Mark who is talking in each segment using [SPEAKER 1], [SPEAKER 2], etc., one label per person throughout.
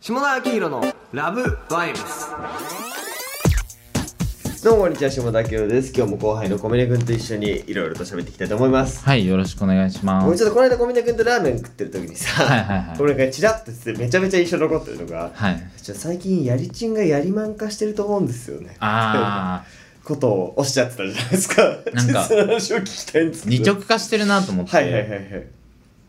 [SPEAKER 1] 下田明宏のラブバイブスどうもこんにちは下田明宏です今日も後輩の小峰君と一緒にいろいろと喋っていきたいと思います
[SPEAKER 2] はい、よろしくお願いしま
[SPEAKER 1] 俺ち
[SPEAKER 2] す。
[SPEAKER 1] ょっとこの間小峰君とラーメン食ってる時にさ、
[SPEAKER 2] はいはいはい
[SPEAKER 1] 俺がチラッとしてめちゃめちゃ印象残ってるのが
[SPEAKER 2] はい。
[SPEAKER 1] ちょっと最近やりちんがやりまん化してると思うんですよね
[SPEAKER 2] あ
[SPEAKER 1] ことをおっしゃってたじゃないですか
[SPEAKER 2] なんか
[SPEAKER 1] 実の話を聞きたいんです
[SPEAKER 2] ー、
[SPEAKER 1] けど
[SPEAKER 2] 二極化してるなと思って。
[SPEAKER 1] はいはいはいはい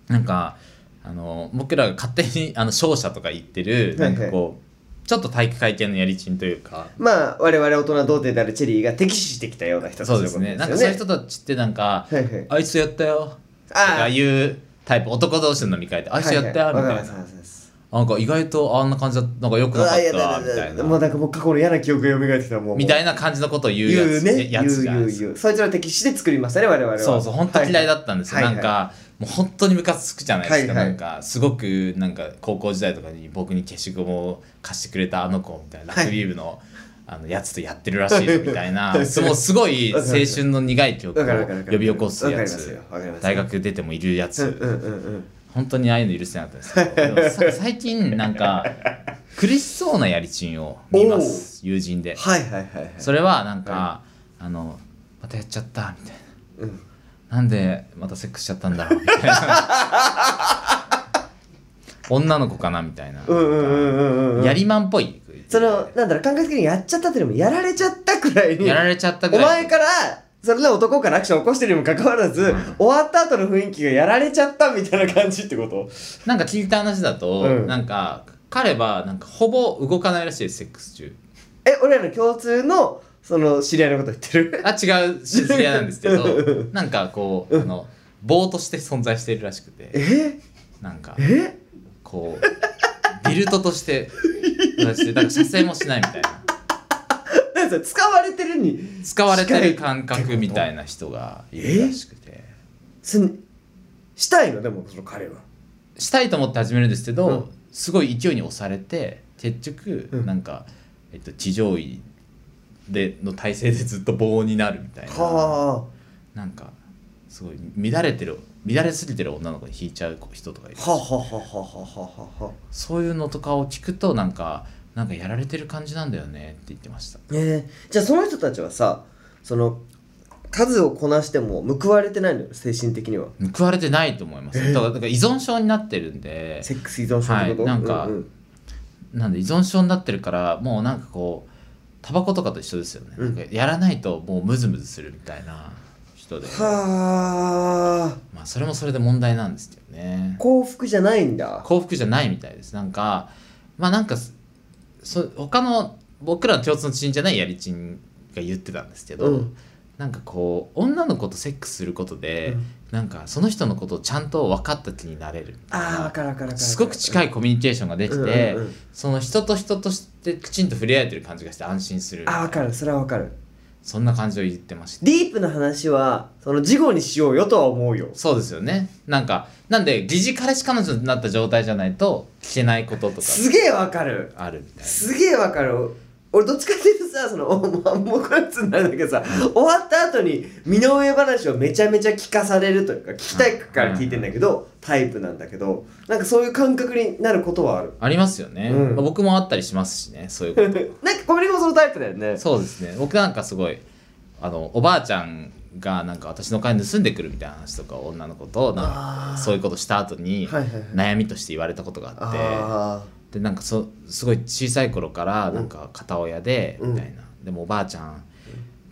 [SPEAKER 2] なんか、あの、僕らが勝手に、あの、勝者とか言ってる、
[SPEAKER 1] は
[SPEAKER 2] ない
[SPEAKER 1] はい
[SPEAKER 2] んかこう、ちょっと体育会系のやりちんというか、
[SPEAKER 1] まあ我々大人童貞であるチェリーが敵視してきたような人たち
[SPEAKER 2] そうで
[SPEAKER 1] の
[SPEAKER 2] す
[SPEAKER 1] こと
[SPEAKER 2] ね。なん
[SPEAKER 1] よ
[SPEAKER 2] かそういう人たちってなんか、
[SPEAKER 1] はいはい
[SPEAKER 2] あいつやったよ。と
[SPEAKER 1] あー
[SPEAKER 2] かいうタイプ、男同士の飲み会で、あいつやったよ、み
[SPEAKER 1] は
[SPEAKER 2] た
[SPEAKER 1] はいわかり
[SPEAKER 2] な
[SPEAKER 1] ま。すわかります
[SPEAKER 2] なんか意外とあんな感じだなんか良くなか
[SPEAKER 1] あいや
[SPEAKER 2] った、
[SPEAKER 1] だ
[SPEAKER 2] み
[SPEAKER 1] だ
[SPEAKER 2] たい
[SPEAKER 1] だだもう
[SPEAKER 2] な。
[SPEAKER 1] なんかもう過去の嫌な記憶が蘇ってきたもう
[SPEAKER 2] みた
[SPEAKER 1] ない
[SPEAKER 2] な感じのことを言う
[SPEAKER 1] 言
[SPEAKER 2] や
[SPEAKER 1] う
[SPEAKER 2] つ、
[SPEAKER 1] ね
[SPEAKER 2] や
[SPEAKER 1] 言
[SPEAKER 2] つ
[SPEAKER 1] う
[SPEAKER 2] じゃない
[SPEAKER 1] 言う
[SPEAKER 2] ですか
[SPEAKER 1] 言うそいつら敵視で作りましたね我々は
[SPEAKER 2] そうそう本当嫌いだったんですよ、
[SPEAKER 1] はいはい
[SPEAKER 2] なんかもう本当にムカつくじゃないですか、
[SPEAKER 1] はいはい
[SPEAKER 2] なんかすごくなんか高校時代とかに僕に消しゴムを貸してくれたあの子みたいな、ラグビー部のあのやつとやってるらしいぞみた いな
[SPEAKER 1] はい
[SPEAKER 2] すもうすごい
[SPEAKER 1] わ
[SPEAKER 2] 青
[SPEAKER 1] かるわかる
[SPEAKER 2] 春の苦い記憶を
[SPEAKER 1] わかるわかるわかる
[SPEAKER 2] 呼び起こすやつ
[SPEAKER 1] わかりますよわかります
[SPEAKER 2] 大学出てもいるや
[SPEAKER 1] うん
[SPEAKER 2] つ、
[SPEAKER 1] うんうんうん
[SPEAKER 2] 本当にああいうの許せなかったですけどで もさ最近なんか苦しそうなやりちんを見ます友人で
[SPEAKER 1] はいはいはいはい
[SPEAKER 2] それはなんか、あのまたやっちゃったみたいな。
[SPEAKER 1] うん
[SPEAKER 2] なんでまたセックスしちゃったんだろうみたいな 女の子かなみたいな、
[SPEAKER 1] うんうんうんうんうんうん
[SPEAKER 2] やりまんっぽい
[SPEAKER 1] そのなんだろう感覚的にやっちゃったっていうよりもやられちゃったくらいに
[SPEAKER 2] やられちゃったぐ
[SPEAKER 1] お
[SPEAKER 2] らい
[SPEAKER 1] 前からそれで男からアクション起こしてるにもかかわらず、
[SPEAKER 2] うん
[SPEAKER 1] 終わった後の雰囲気がやられちゃったみたいな感じってこと
[SPEAKER 2] なんか聞いた話だと、
[SPEAKER 1] うん
[SPEAKER 2] なんか彼はなんかほぼ動かないらしいですセックス中
[SPEAKER 1] え俺らの共通のその知り合いのこと言ってる
[SPEAKER 2] あ違う知り合いなんですけ
[SPEAKER 1] う
[SPEAKER 2] どなんかこうあの棒として存在しているらしくて
[SPEAKER 1] え
[SPEAKER 2] なんか
[SPEAKER 1] え
[SPEAKER 2] こうビルトとして存在してだから射精もしないみたいな
[SPEAKER 1] なんか使われてるに
[SPEAKER 2] 使われて
[SPEAKER 1] 近いっ
[SPEAKER 2] る
[SPEAKER 1] て
[SPEAKER 2] 感覚みたいな人がいるらしくて。
[SPEAKER 1] すんしたいのでもその彼は
[SPEAKER 2] したいと思って始めるんですけど、
[SPEAKER 1] うん
[SPEAKER 2] すごい勢いに押されて結局、
[SPEAKER 1] うん
[SPEAKER 2] なんか、えっと、地上位での体勢でずっと棒になるみたいな
[SPEAKER 1] は
[SPEAKER 2] なんかすごい乱れてる乱れすぎてる女の子に引いちゃう人とかいる
[SPEAKER 1] あはあはあはあはあはあはあ
[SPEAKER 2] そういうのとかを聞くとなんかなんかやられてる感じなんだよねって言ってました
[SPEAKER 1] えー、じゃあその人たちはさその数をこなしても報われてないのよ精神的には
[SPEAKER 2] 報われてないと思いますだからだから依存症になってるんで
[SPEAKER 1] セックス依存症ってこと、
[SPEAKER 2] はいなんか
[SPEAKER 1] ううん
[SPEAKER 2] なんで依存症になってるからもうなんかこうタバコとかと一緒ですよね、
[SPEAKER 1] うん
[SPEAKER 2] なんかやらないともうムズムズするみたいな人で
[SPEAKER 1] はあ
[SPEAKER 2] まあそれもそれで問題なんですけどね
[SPEAKER 1] 幸福じゃないんだ
[SPEAKER 2] 幸福じゃないみたいですなんかまあなんかすそ他の僕らの共通の知人じゃないやりちんが言ってたんですけど、
[SPEAKER 1] うん
[SPEAKER 2] なんかこう女の子とセックスすることで、
[SPEAKER 1] うん
[SPEAKER 2] なんかその人のことをちゃんと分かった気になれるみたい
[SPEAKER 1] ああ
[SPEAKER 2] な
[SPEAKER 1] 分かる分かる分かる分かる
[SPEAKER 2] すごく近いコミュニケーションができて、
[SPEAKER 1] うんうんうん
[SPEAKER 2] その人と人としてきちんと触れ合えてる感じがして安心する
[SPEAKER 1] ああ分かるそれは分かる
[SPEAKER 2] そんな感じを言ってました
[SPEAKER 1] ディープな話はその事後にしようよとは思うよ
[SPEAKER 2] そうですよねなんかなんで疑似彼氏彼女になった状態じゃないと聞けないこととか
[SPEAKER 1] すげえ分かる
[SPEAKER 2] あるみたいな
[SPEAKER 1] すげえ分かる俺どっちかっていうとさそのおまあもうこいつになるんだけどさ終わった後に身の上話をめちゃめちゃ聞かされるというか聞きたいから聞いてんだけどタイプなんだけどなんかそういう感覚になることはある
[SPEAKER 2] ありますよね、
[SPEAKER 1] うん
[SPEAKER 2] まあ僕もあったりしますしねそういうこ
[SPEAKER 1] なんか小林もそのタイプだよね
[SPEAKER 2] とそうですね僕なんかすごいあのおばあちゃんがなんか私の金盗んでくるみたいな話とかを女の子となん
[SPEAKER 1] あー
[SPEAKER 2] かそういうことした後に
[SPEAKER 1] はいはいはい
[SPEAKER 2] 悩みとして言われたことがあって、
[SPEAKER 1] あ
[SPEAKER 2] でなんかそすごい小さい頃からなんか片親で
[SPEAKER 1] うん
[SPEAKER 2] みたいな、でもおばあちゃん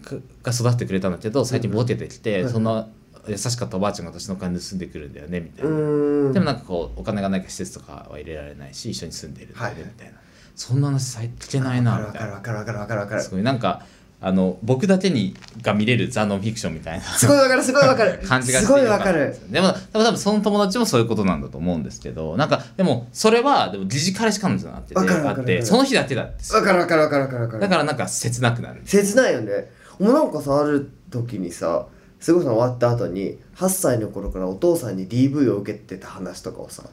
[SPEAKER 2] がが育ってくれたんだけど最近ボケてきて、
[SPEAKER 1] うん
[SPEAKER 2] そんな優しかったおばあちゃんが私のお金盗んでくるんだよねみた
[SPEAKER 1] あ
[SPEAKER 2] いな、
[SPEAKER 1] ーう
[SPEAKER 2] で
[SPEAKER 1] ー
[SPEAKER 2] も
[SPEAKER 1] ん
[SPEAKER 2] なんかこうお金がないから施設とかは入れられないし一緒に住んでるんだよ
[SPEAKER 1] はい
[SPEAKER 2] ねみたいな、そんな話さ聞けないなみ
[SPEAKER 1] 分
[SPEAKER 2] た
[SPEAKER 1] か
[SPEAKER 2] い
[SPEAKER 1] る
[SPEAKER 2] な
[SPEAKER 1] 分かる分かる分かる分かる
[SPEAKER 2] すごいなんかあの僕だけにが見れるザ・ノンフィクションみたいな
[SPEAKER 1] すごいわかるすごいわかる
[SPEAKER 2] 感じがし
[SPEAKER 1] す
[SPEAKER 2] て
[SPEAKER 1] ごい
[SPEAKER 2] よ
[SPEAKER 1] わ
[SPEAKER 2] っ
[SPEAKER 1] か
[SPEAKER 2] たん
[SPEAKER 1] る
[SPEAKER 2] ですよでも多分多分その友達もそういうことなんだと思うんですけどなんかでもそれはでも疑似彼氏彼女になってて
[SPEAKER 1] わかるわ
[SPEAKER 2] あ
[SPEAKER 1] かるわ
[SPEAKER 2] っ
[SPEAKER 1] か
[SPEAKER 2] て
[SPEAKER 1] る
[SPEAKER 2] その日だけだって
[SPEAKER 1] わかるわかるわかるわかるわかる
[SPEAKER 2] だからなんか切なくなる
[SPEAKER 1] 切ないよねもうなんかさある時にさすごいさ終わった後に8歳の頃からお父さんに DV を受けてた話とかをさ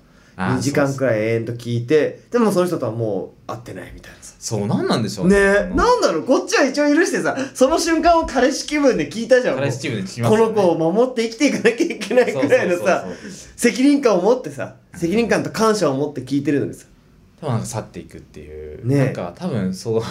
[SPEAKER 2] あー
[SPEAKER 1] 2時間くらい永遠と聞いてでもその人とはもう会ってないみたいなさ
[SPEAKER 2] そうなんなんでしょう
[SPEAKER 1] ね
[SPEAKER 2] あ
[SPEAKER 1] え
[SPEAKER 2] の
[SPEAKER 1] なんだろうこっちは一応許してさその瞬間を彼氏気分で聞いたじゃんもう
[SPEAKER 2] 彼氏チームで聞きます
[SPEAKER 1] こ
[SPEAKER 2] よ
[SPEAKER 1] の
[SPEAKER 2] ね
[SPEAKER 1] 子を守って生きていかなきゃいけないくらいのさ
[SPEAKER 2] そうそうそう
[SPEAKER 1] 責任感を持ってさ責任感と感謝を持って聞いてるのにさ
[SPEAKER 2] でもなんか去っていくっていう、
[SPEAKER 1] ねえ
[SPEAKER 2] なんか多分そう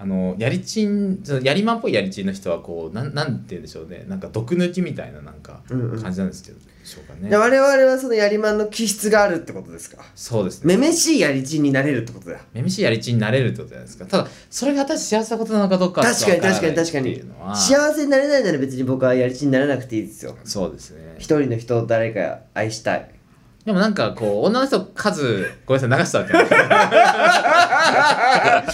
[SPEAKER 2] あのやりちんそのやりまんっぽいやりちんの人はこうなんなんて言うんでしょうねなんか毒抜きみたいななんか
[SPEAKER 1] うんうん
[SPEAKER 2] 感じなんですけど、でしょうか
[SPEAKER 1] で
[SPEAKER 2] ね。
[SPEAKER 1] 我々はそのやりまんの気質があるってことですか
[SPEAKER 2] そうですね。
[SPEAKER 1] めめしいやりちんになれるってことだ
[SPEAKER 2] めめしいやりちんになれるってことじゃないですか。ただそれが果たして幸せなことなのかどうかはちょっとわらない
[SPEAKER 1] 確かに確かに
[SPEAKER 2] っていうのは
[SPEAKER 1] 幸せになれないなら別に僕はやりちんにならなくていいですよ
[SPEAKER 2] そうですね。
[SPEAKER 1] 一人の人を誰か愛したい
[SPEAKER 2] でもなんかこう女の人数ごめんなさい流したわけじゃ な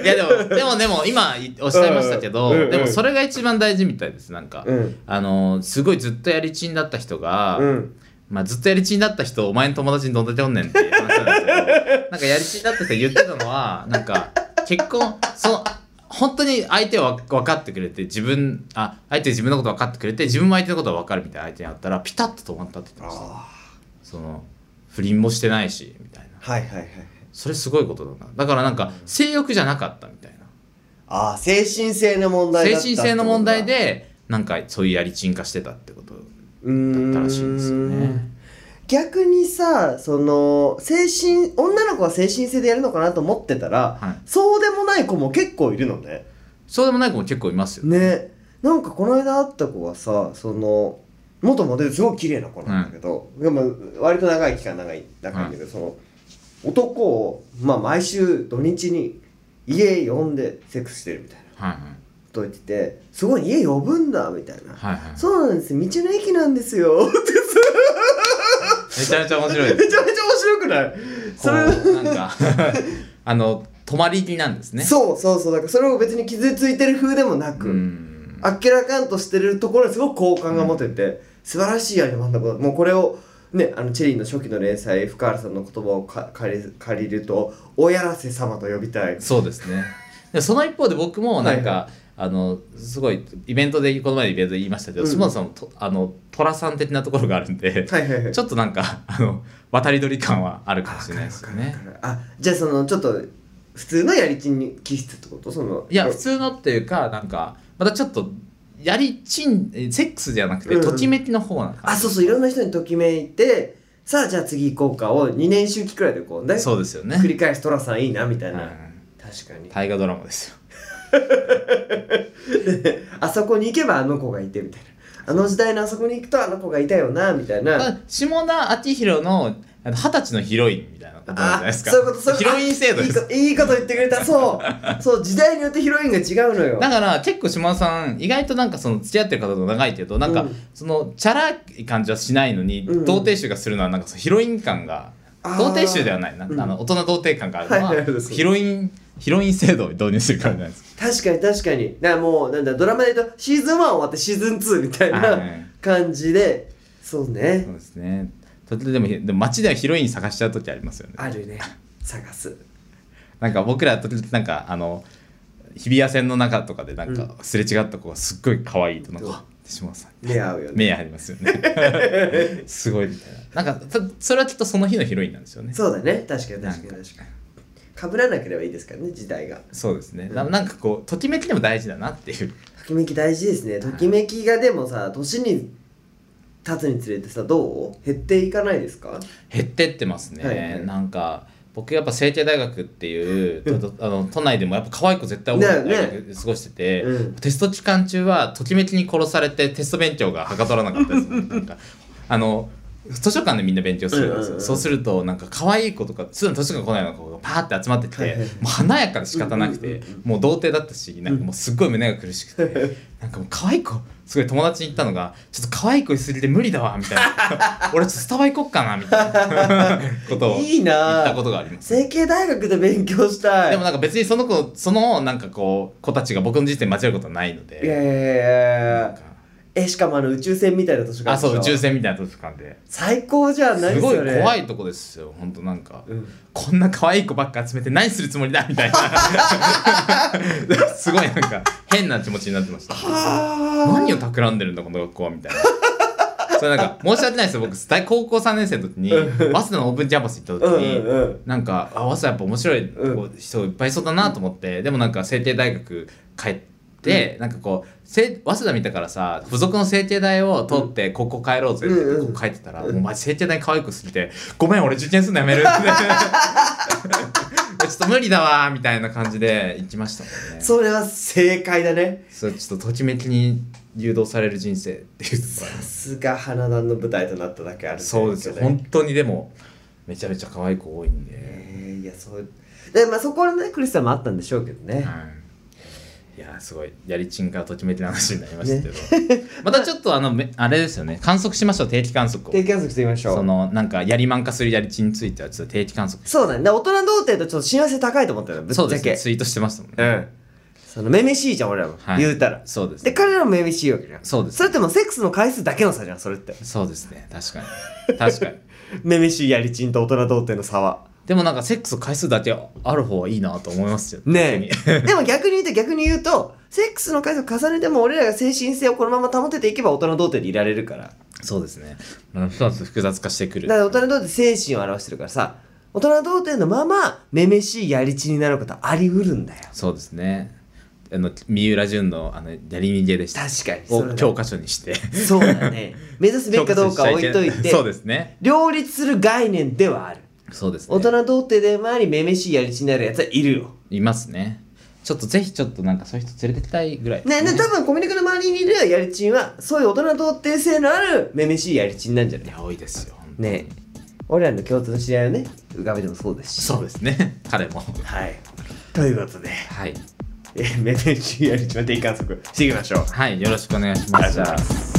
[SPEAKER 2] いいやでもでもでも今おっしゃいましたけど、
[SPEAKER 1] うんうん
[SPEAKER 2] でもそれが一番大事みたいですなんか、
[SPEAKER 1] うん
[SPEAKER 2] あのすごいずっとやりちんだった人が、
[SPEAKER 1] うん
[SPEAKER 2] まあずっとやりちんだった人お前の友達にどんだけおんねんっていう話なんですけどなんかやりちんだった人言ってたのはなんか結婚その本当に相手を分かってくれて自分あ相手自分のこと分かってくれて自分も相手のことが分かるみたいな相手に会ったらピタッと止まったって言ってました。
[SPEAKER 1] あ
[SPEAKER 2] その不倫もしてないしみたいな
[SPEAKER 1] あはいはいはい
[SPEAKER 2] それすごいことだなだからなんか性欲じゃなかったみたいな
[SPEAKER 1] ああ精神性の問題
[SPEAKER 2] 精
[SPEAKER 1] だった
[SPEAKER 2] 神性の問題でなんかそういうやりちん化してたってこと
[SPEAKER 1] うーん
[SPEAKER 2] だったらしいんですよね
[SPEAKER 1] 逆にさその精神女の子は精神性でやるのかなと思ってたら、
[SPEAKER 2] はい
[SPEAKER 1] そうでもない子も結構いるのね
[SPEAKER 2] そうでもない子も結構いますよ、
[SPEAKER 1] ねなんかこの間会った子はさその元モデルすごい綺麗な子なんだけど、でも割と長い期間長い仲いいんだけど、その男を、まあ、毎週土日に家呼んでセックスしてるみたいな
[SPEAKER 2] はいはい
[SPEAKER 1] こと言っててすごい家呼ぶんだみたいな、
[SPEAKER 2] はいはい
[SPEAKER 1] そうなんです道の駅なんですよ ってさ
[SPEAKER 2] めちゃめちゃ面白いで
[SPEAKER 1] めち
[SPEAKER 2] す
[SPEAKER 1] ゃめちゃ面白くないそれ
[SPEAKER 2] こうなんかあの泊まり気なんですね
[SPEAKER 1] そうそうそうだからそれを別に傷ついてる風でもなく、
[SPEAKER 2] ん
[SPEAKER 1] あっけらかんとしてるところにすごく好感が持てて、素晴らしいアニマンだこともうこれをねあのチェリーの初期の連載深原さんの言葉をか借り借りると「おやらせ様」と呼びたい
[SPEAKER 2] そうですね。でその一方で僕もなんか、
[SPEAKER 1] はい
[SPEAKER 2] あのすごいイベントでこの前のイベントで言いましたけど、
[SPEAKER 1] うん
[SPEAKER 2] 下田さんもとあの寅さん的なところがあるんで、
[SPEAKER 1] はいはいはい
[SPEAKER 2] ちょっとなんかあの渡り鳥感はあるかもしれないですよ
[SPEAKER 1] わ
[SPEAKER 2] ね
[SPEAKER 1] か。るわかるあじゃあそのちょっと普通のやりちんに気質ってことその
[SPEAKER 2] いや普通のっていうかなんかまたちょっとやりちんえセックスじゃなくて
[SPEAKER 1] うんうん
[SPEAKER 2] ときめきの方なのかな
[SPEAKER 1] あそうそういろんな人にときめいてさあじゃあ次行こうかを2年周期くらいでこうね
[SPEAKER 2] そうですよね。
[SPEAKER 1] 繰り返す寅さんいいなみたいな、
[SPEAKER 2] うん
[SPEAKER 1] 確かに
[SPEAKER 2] 大河ドラマですよ。
[SPEAKER 1] あそこに行けばあの子がいてみたいなあの時代のあそこに行くとあの子がいたよなみたいな
[SPEAKER 2] あ下田明宏のあの二十歳のヒロインみたいなことなんじゃないですか。
[SPEAKER 1] そういうことそういう
[SPEAKER 2] ヒ
[SPEAKER 1] こと
[SPEAKER 2] ロイン制度で
[SPEAKER 1] い
[SPEAKER 2] す
[SPEAKER 1] いこといいこと言ってくれたそう そう時代によってヒロインが違うのよ
[SPEAKER 2] だから結構島田さん意外となんかその付き合ってる方と長いけどなんか
[SPEAKER 1] うん
[SPEAKER 2] そのチャラい感じはしないのに、
[SPEAKER 1] うん
[SPEAKER 2] 童貞臭がするのはなんかそのヒロイン感が
[SPEAKER 1] あー
[SPEAKER 2] 童貞臭ではないな、
[SPEAKER 1] うん
[SPEAKER 2] あの大人童貞感があるのは、
[SPEAKER 1] はいはいはい
[SPEAKER 2] ヒロインヒロイン制度を導入してるからじゃないですか。
[SPEAKER 1] 確かに確かにだからもうなんだドラマで言うとシーズン1終わってシーズン2みたい
[SPEAKER 2] はい
[SPEAKER 1] な感じでそうね
[SPEAKER 2] そうですね。とでもでも街ではヒロイン探しちゃう時ありますよね。
[SPEAKER 1] あるね探 す
[SPEAKER 2] なんか僕らとなんかあの日比谷線の中とかでなんかすれ違った子がすっごい可愛いとなんか、
[SPEAKER 1] うん
[SPEAKER 2] あ島田さん
[SPEAKER 1] 出会うよね
[SPEAKER 2] 目ありますよね すごいみたいななんかそそれはきっとその日のヒロインなんですよね
[SPEAKER 1] そうだね確かに確か
[SPEAKER 2] なん
[SPEAKER 1] に確かにかぶらなければいいですからね時代が
[SPEAKER 2] そうですねななんかこうときめきでも大事だなっていう
[SPEAKER 1] ときめき大事ですねときめきがでもさ年に経つにつれてさどう減っていかないですか
[SPEAKER 2] 減ってってますね、
[SPEAKER 1] はいはい
[SPEAKER 2] なんか僕やっぱ成蹊大学っていうととあの都内でもやっぱ可愛い子絶対多い大
[SPEAKER 1] ね
[SPEAKER 2] 学で過ごしてて、
[SPEAKER 1] うん
[SPEAKER 2] テスト期間中はときめきに殺されてテスト勉強がはかどらなかったで すもんなんかあの図書館でみんな勉強するんですよ、
[SPEAKER 1] うんうんうん
[SPEAKER 2] そうするとなんか可愛い子とか普通の図書館来ないような子がパーって集まってきて、
[SPEAKER 1] はいはいはい
[SPEAKER 2] もう華やかで仕方なくて、
[SPEAKER 1] うんうんうん
[SPEAKER 2] もう童貞だったしなんかもうすっごい胸が苦し くて、なんかもう可愛い子すごい友達に言ったのがちょっと可愛い子いすぎて無理だわみたい な俺ちょっとスタバ行こっかなみたいなことを言
[SPEAKER 1] いいな
[SPEAKER 2] っ
[SPEAKER 1] ぁ
[SPEAKER 2] たことがあります
[SPEAKER 1] 成形大学で勉強したい
[SPEAKER 2] でもなんか別にその子そのなんかこう子たちが僕の人生に間違えることはないの
[SPEAKER 1] いやい
[SPEAKER 2] で
[SPEAKER 1] やいやい
[SPEAKER 2] なん
[SPEAKER 1] や
[SPEAKER 2] か
[SPEAKER 1] えしかもあの宇宙船みたいな図書館
[SPEAKER 2] あそう宇宙
[SPEAKER 1] 船
[SPEAKER 2] 船みたいな図書館で
[SPEAKER 1] 最高じゃないです
[SPEAKER 2] すごい
[SPEAKER 1] よね
[SPEAKER 2] 怖
[SPEAKER 1] い、
[SPEAKER 2] いとこですよほんとなんか
[SPEAKER 1] うん、
[SPEAKER 2] こんな可愛い子ばっか集めて何するつもりだみたい なすごいなんか変な気持ちになってました
[SPEAKER 1] 何
[SPEAKER 2] 何を企んでるんだこの学校はみたい なそれなんか申し訳ないですよ僕大高校3年生の時に早稲田のオープンキャンパス行った時に、
[SPEAKER 1] うんうんうん
[SPEAKER 2] なんかあ早稲田やっぱ面白いこう人いっぱいいそうだなと思って、でもなんか成帝大学帰で、なんかこうせ早稲田見たからさ付属の整形代を取ってここ帰ろうぜって
[SPEAKER 1] うんうん
[SPEAKER 2] こう帰ってたら、もうマジ整形代可愛くすぎて「ごめん俺受験するのやめる」っ て ちょっと無理だわ」みたいな感じで行きましたもんね
[SPEAKER 1] それは正解だね
[SPEAKER 2] そうちょっとときめきに誘導される人生っていうのは
[SPEAKER 1] さすが花壇の舞台となっただけあるね
[SPEAKER 2] そうですよ
[SPEAKER 1] 去
[SPEAKER 2] 本
[SPEAKER 1] 年
[SPEAKER 2] 当にでもめちゃめちゃ可愛い子多いんで、
[SPEAKER 1] えーいやそうでまあそこのね苦しさもあったんでしょうけどね、
[SPEAKER 2] いやーすごいやりちんがときめきの話になりましたけど、またちょっとあのめあれですよね観測しましょう定期観測を
[SPEAKER 1] 定期観測してみましょう
[SPEAKER 2] そのなんかやりまんかするやりちんについてはちょっと定期観測
[SPEAKER 1] そうだねだから大人童貞とちょっと親和性高いと思ったよぶっち
[SPEAKER 2] そ
[SPEAKER 1] ゃ
[SPEAKER 2] うです
[SPEAKER 1] け
[SPEAKER 2] ねツイートしてましたもんね、
[SPEAKER 1] うんそのめめしいじゃん俺らも、
[SPEAKER 2] はい
[SPEAKER 1] 言うたら
[SPEAKER 2] そうです
[SPEAKER 1] で
[SPEAKER 2] ね
[SPEAKER 1] 彼らもめめしいわけじゃん
[SPEAKER 2] そうです
[SPEAKER 1] それってもうセックスの回数だけの差じゃんそれって
[SPEAKER 2] そうですね確かに確かに
[SPEAKER 1] めめしいやりちんと大人童貞の差は
[SPEAKER 2] でもなんかセックス回数だけある方がいいなと思いますよ
[SPEAKER 1] ね
[SPEAKER 2] 本当
[SPEAKER 1] えでも逆に言うと逆に言うとセックスの回数を重ねても俺らが精神性をこのまま保てていけば大人童貞でいられるから
[SPEAKER 2] にそうですねなんか複雑化してくる
[SPEAKER 1] だから大人童貞精神を表してるからさ大人童貞のままめめしいやりちんになることありうるんだよ
[SPEAKER 2] そうですね。あの三浦淳のあのやり逃げでした。
[SPEAKER 1] 確かにそれだ
[SPEAKER 2] を教科書にして。
[SPEAKER 1] そうだね目指すべきかどうかは置い といて
[SPEAKER 2] そうですね。
[SPEAKER 1] 両立する概念ではある
[SPEAKER 2] そうですね。
[SPEAKER 1] 大人童貞でもありめめしいやりちんになるやつはいるよ
[SPEAKER 2] いますね。ちょっとぜひちょっとなんかそういう人連れてきたいぐらい。
[SPEAKER 1] ねね多分コミュニクの周りにいるやりちんはそういう大人童貞性のあるめめしいやりちんなんじゃないい
[SPEAKER 2] や多いですよ。本当に
[SPEAKER 1] ね俺らの共通の知り合いをね浮かべてもそうですし
[SPEAKER 2] そうですね。彼も。
[SPEAKER 1] はいということで
[SPEAKER 2] はい。
[SPEAKER 1] えめめしいやりちんの定観測していきましょう
[SPEAKER 2] はい。よろしくお願いしま
[SPEAKER 1] あり
[SPEAKER 2] す。
[SPEAKER 1] がとうございます